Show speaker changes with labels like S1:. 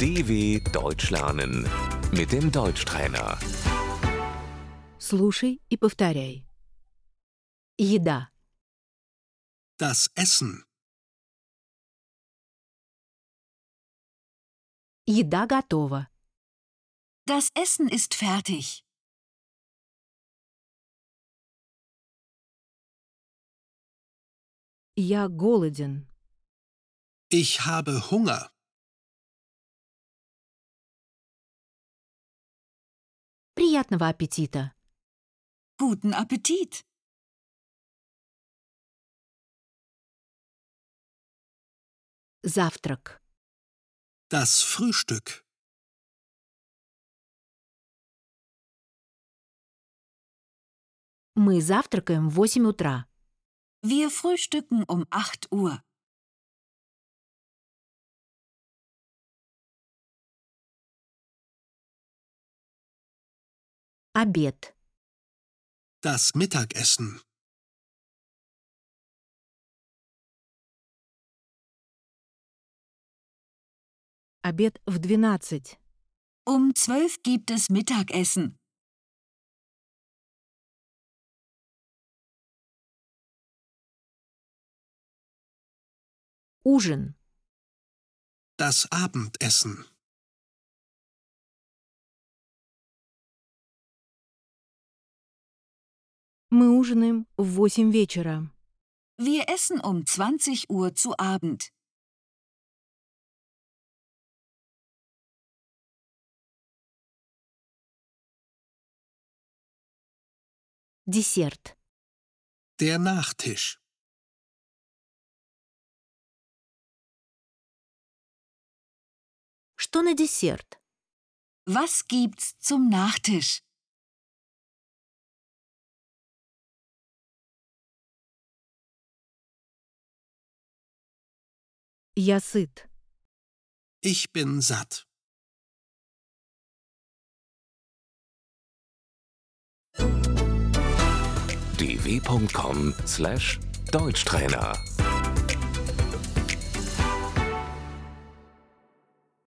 S1: DW Deutsch lernen mit dem Deutschtrainer.
S2: Слушай и повторяй. Еда.
S3: Das Essen.
S2: Еда готова.
S4: Das Essen ist fertig.
S2: Я голоден.
S3: Ich habe Hunger.
S2: Приятного аппетита.
S4: Guten Appetit.
S2: Завтрак.
S3: Das Frühstück.
S2: Мы завтракаем в 8 утра.
S4: Wir frühstücken um 8 Uhr.
S2: Обед.
S3: Das Mittagessen.
S2: Обед в 12.
S4: Um 12 gibt es Mittagessen.
S2: Ужин.
S3: Das Abendessen.
S2: Мы ужинаем в 8 вечера.
S4: Wir essen um 20 Uhr zu Abend.
S2: Десерт.
S3: Der Nachtisch.
S2: Что на десерт?
S4: Was gibt's zum Nachtisch?
S2: Я сыт.
S3: Ich bin satt.
S1: dw.com/deutschtrainer